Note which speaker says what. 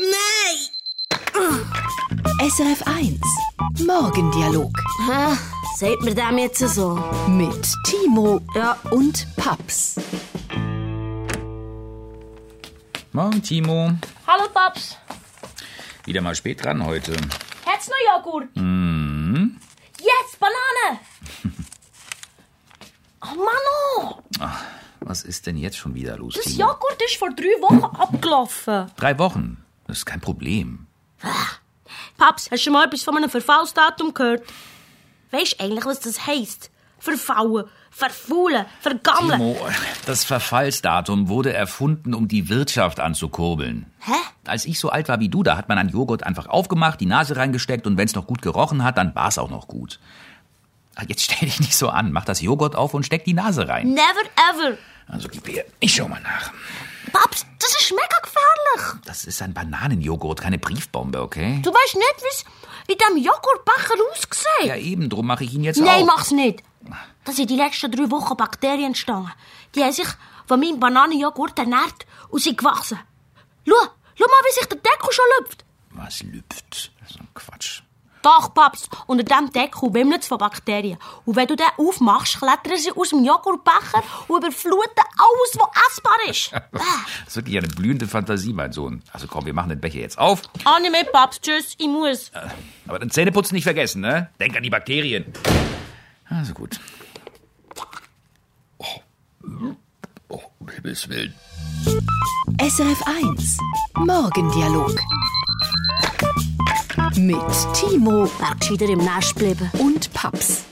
Speaker 1: nee.
Speaker 2: SRF 1. Morgendialog
Speaker 1: Ah, sagt mir dem jetzt so?
Speaker 2: mit Timo
Speaker 1: Ja.
Speaker 2: und Paps.
Speaker 3: Morgen, Timo.
Speaker 4: Hallo Paps,
Speaker 3: Wieder mal spät dran heute.
Speaker 4: hätt's noch Joghurt? Mhm. Yes, Banane! oh Mann, oh,
Speaker 3: Ach, was ist denn jetzt schon wieder los,
Speaker 4: das
Speaker 3: Timo?
Speaker 4: Joghurt ist vor drei dus Wochen abgelaufen.
Speaker 3: Drei Wochen. Das ist kein Problem.
Speaker 4: Paps, hast du mal etwas von einem Verfallsdatum gehört? Weißt du eigentlich, was das heisst? Verfallen, verfaulen, vergammeln.
Speaker 3: Timo, das Verfallsdatum wurde erfunden, um die Wirtschaft anzukurbeln.
Speaker 4: Hä?
Speaker 3: Als ich so alt war wie du, da hat man einen Joghurt einfach aufgemacht, die Nase reingesteckt und wenn es noch gut gerochen hat, dann war es auch noch gut. Ah, Jetzt stell dich nicht so an. Mach das Joghurt auf und steck die Nase rein.
Speaker 4: Never ever.
Speaker 3: Also gib her. Ich schau mal nach.
Speaker 4: Paps, das ist mega gefährlich.
Speaker 3: Das ist ein Bananenjoghurt, keine Briefbombe, okay?
Speaker 4: Du weißt nicht, wie's in diesem Joghurtbecher aussieht.
Speaker 3: Ja, eben, drum mache ich ihn jetzt
Speaker 4: Nein,
Speaker 3: auf.
Speaker 4: mach's nicht. Da sind die letzten drei Wochen Bakterien entstanden. Die haben sich von meinem Bananenjoghurt ernährt und sind gewachsen. Schau, schau mal, wie sich der Deckel schon lüpft.
Speaker 3: Was lüpft? So ein Quatsch.
Speaker 4: Doch, Paps, unter dem Deckel wimmelt's von Bakterien. Und wenn du den aufmachst, klettern sie aus dem Joghurtbecher und überfluten alles, was essbar ist. Äh.
Speaker 3: Das ist wirklich eine blühende Fantasie, mein Sohn. Also komm, wir machen den Becher jetzt auf.
Speaker 4: Ah, nicht mehr, Paps, tschüss, ich muss.
Speaker 3: Aber den Zähneputzen nicht vergessen, ne? Denk an die Bakterien. Also gut. Oh, oh um Himmels Willen.
Speaker 2: SRF 1. Morgendialog mit Timo
Speaker 4: Wär gescheiter im Nest bleiben.
Speaker 2: und Paps.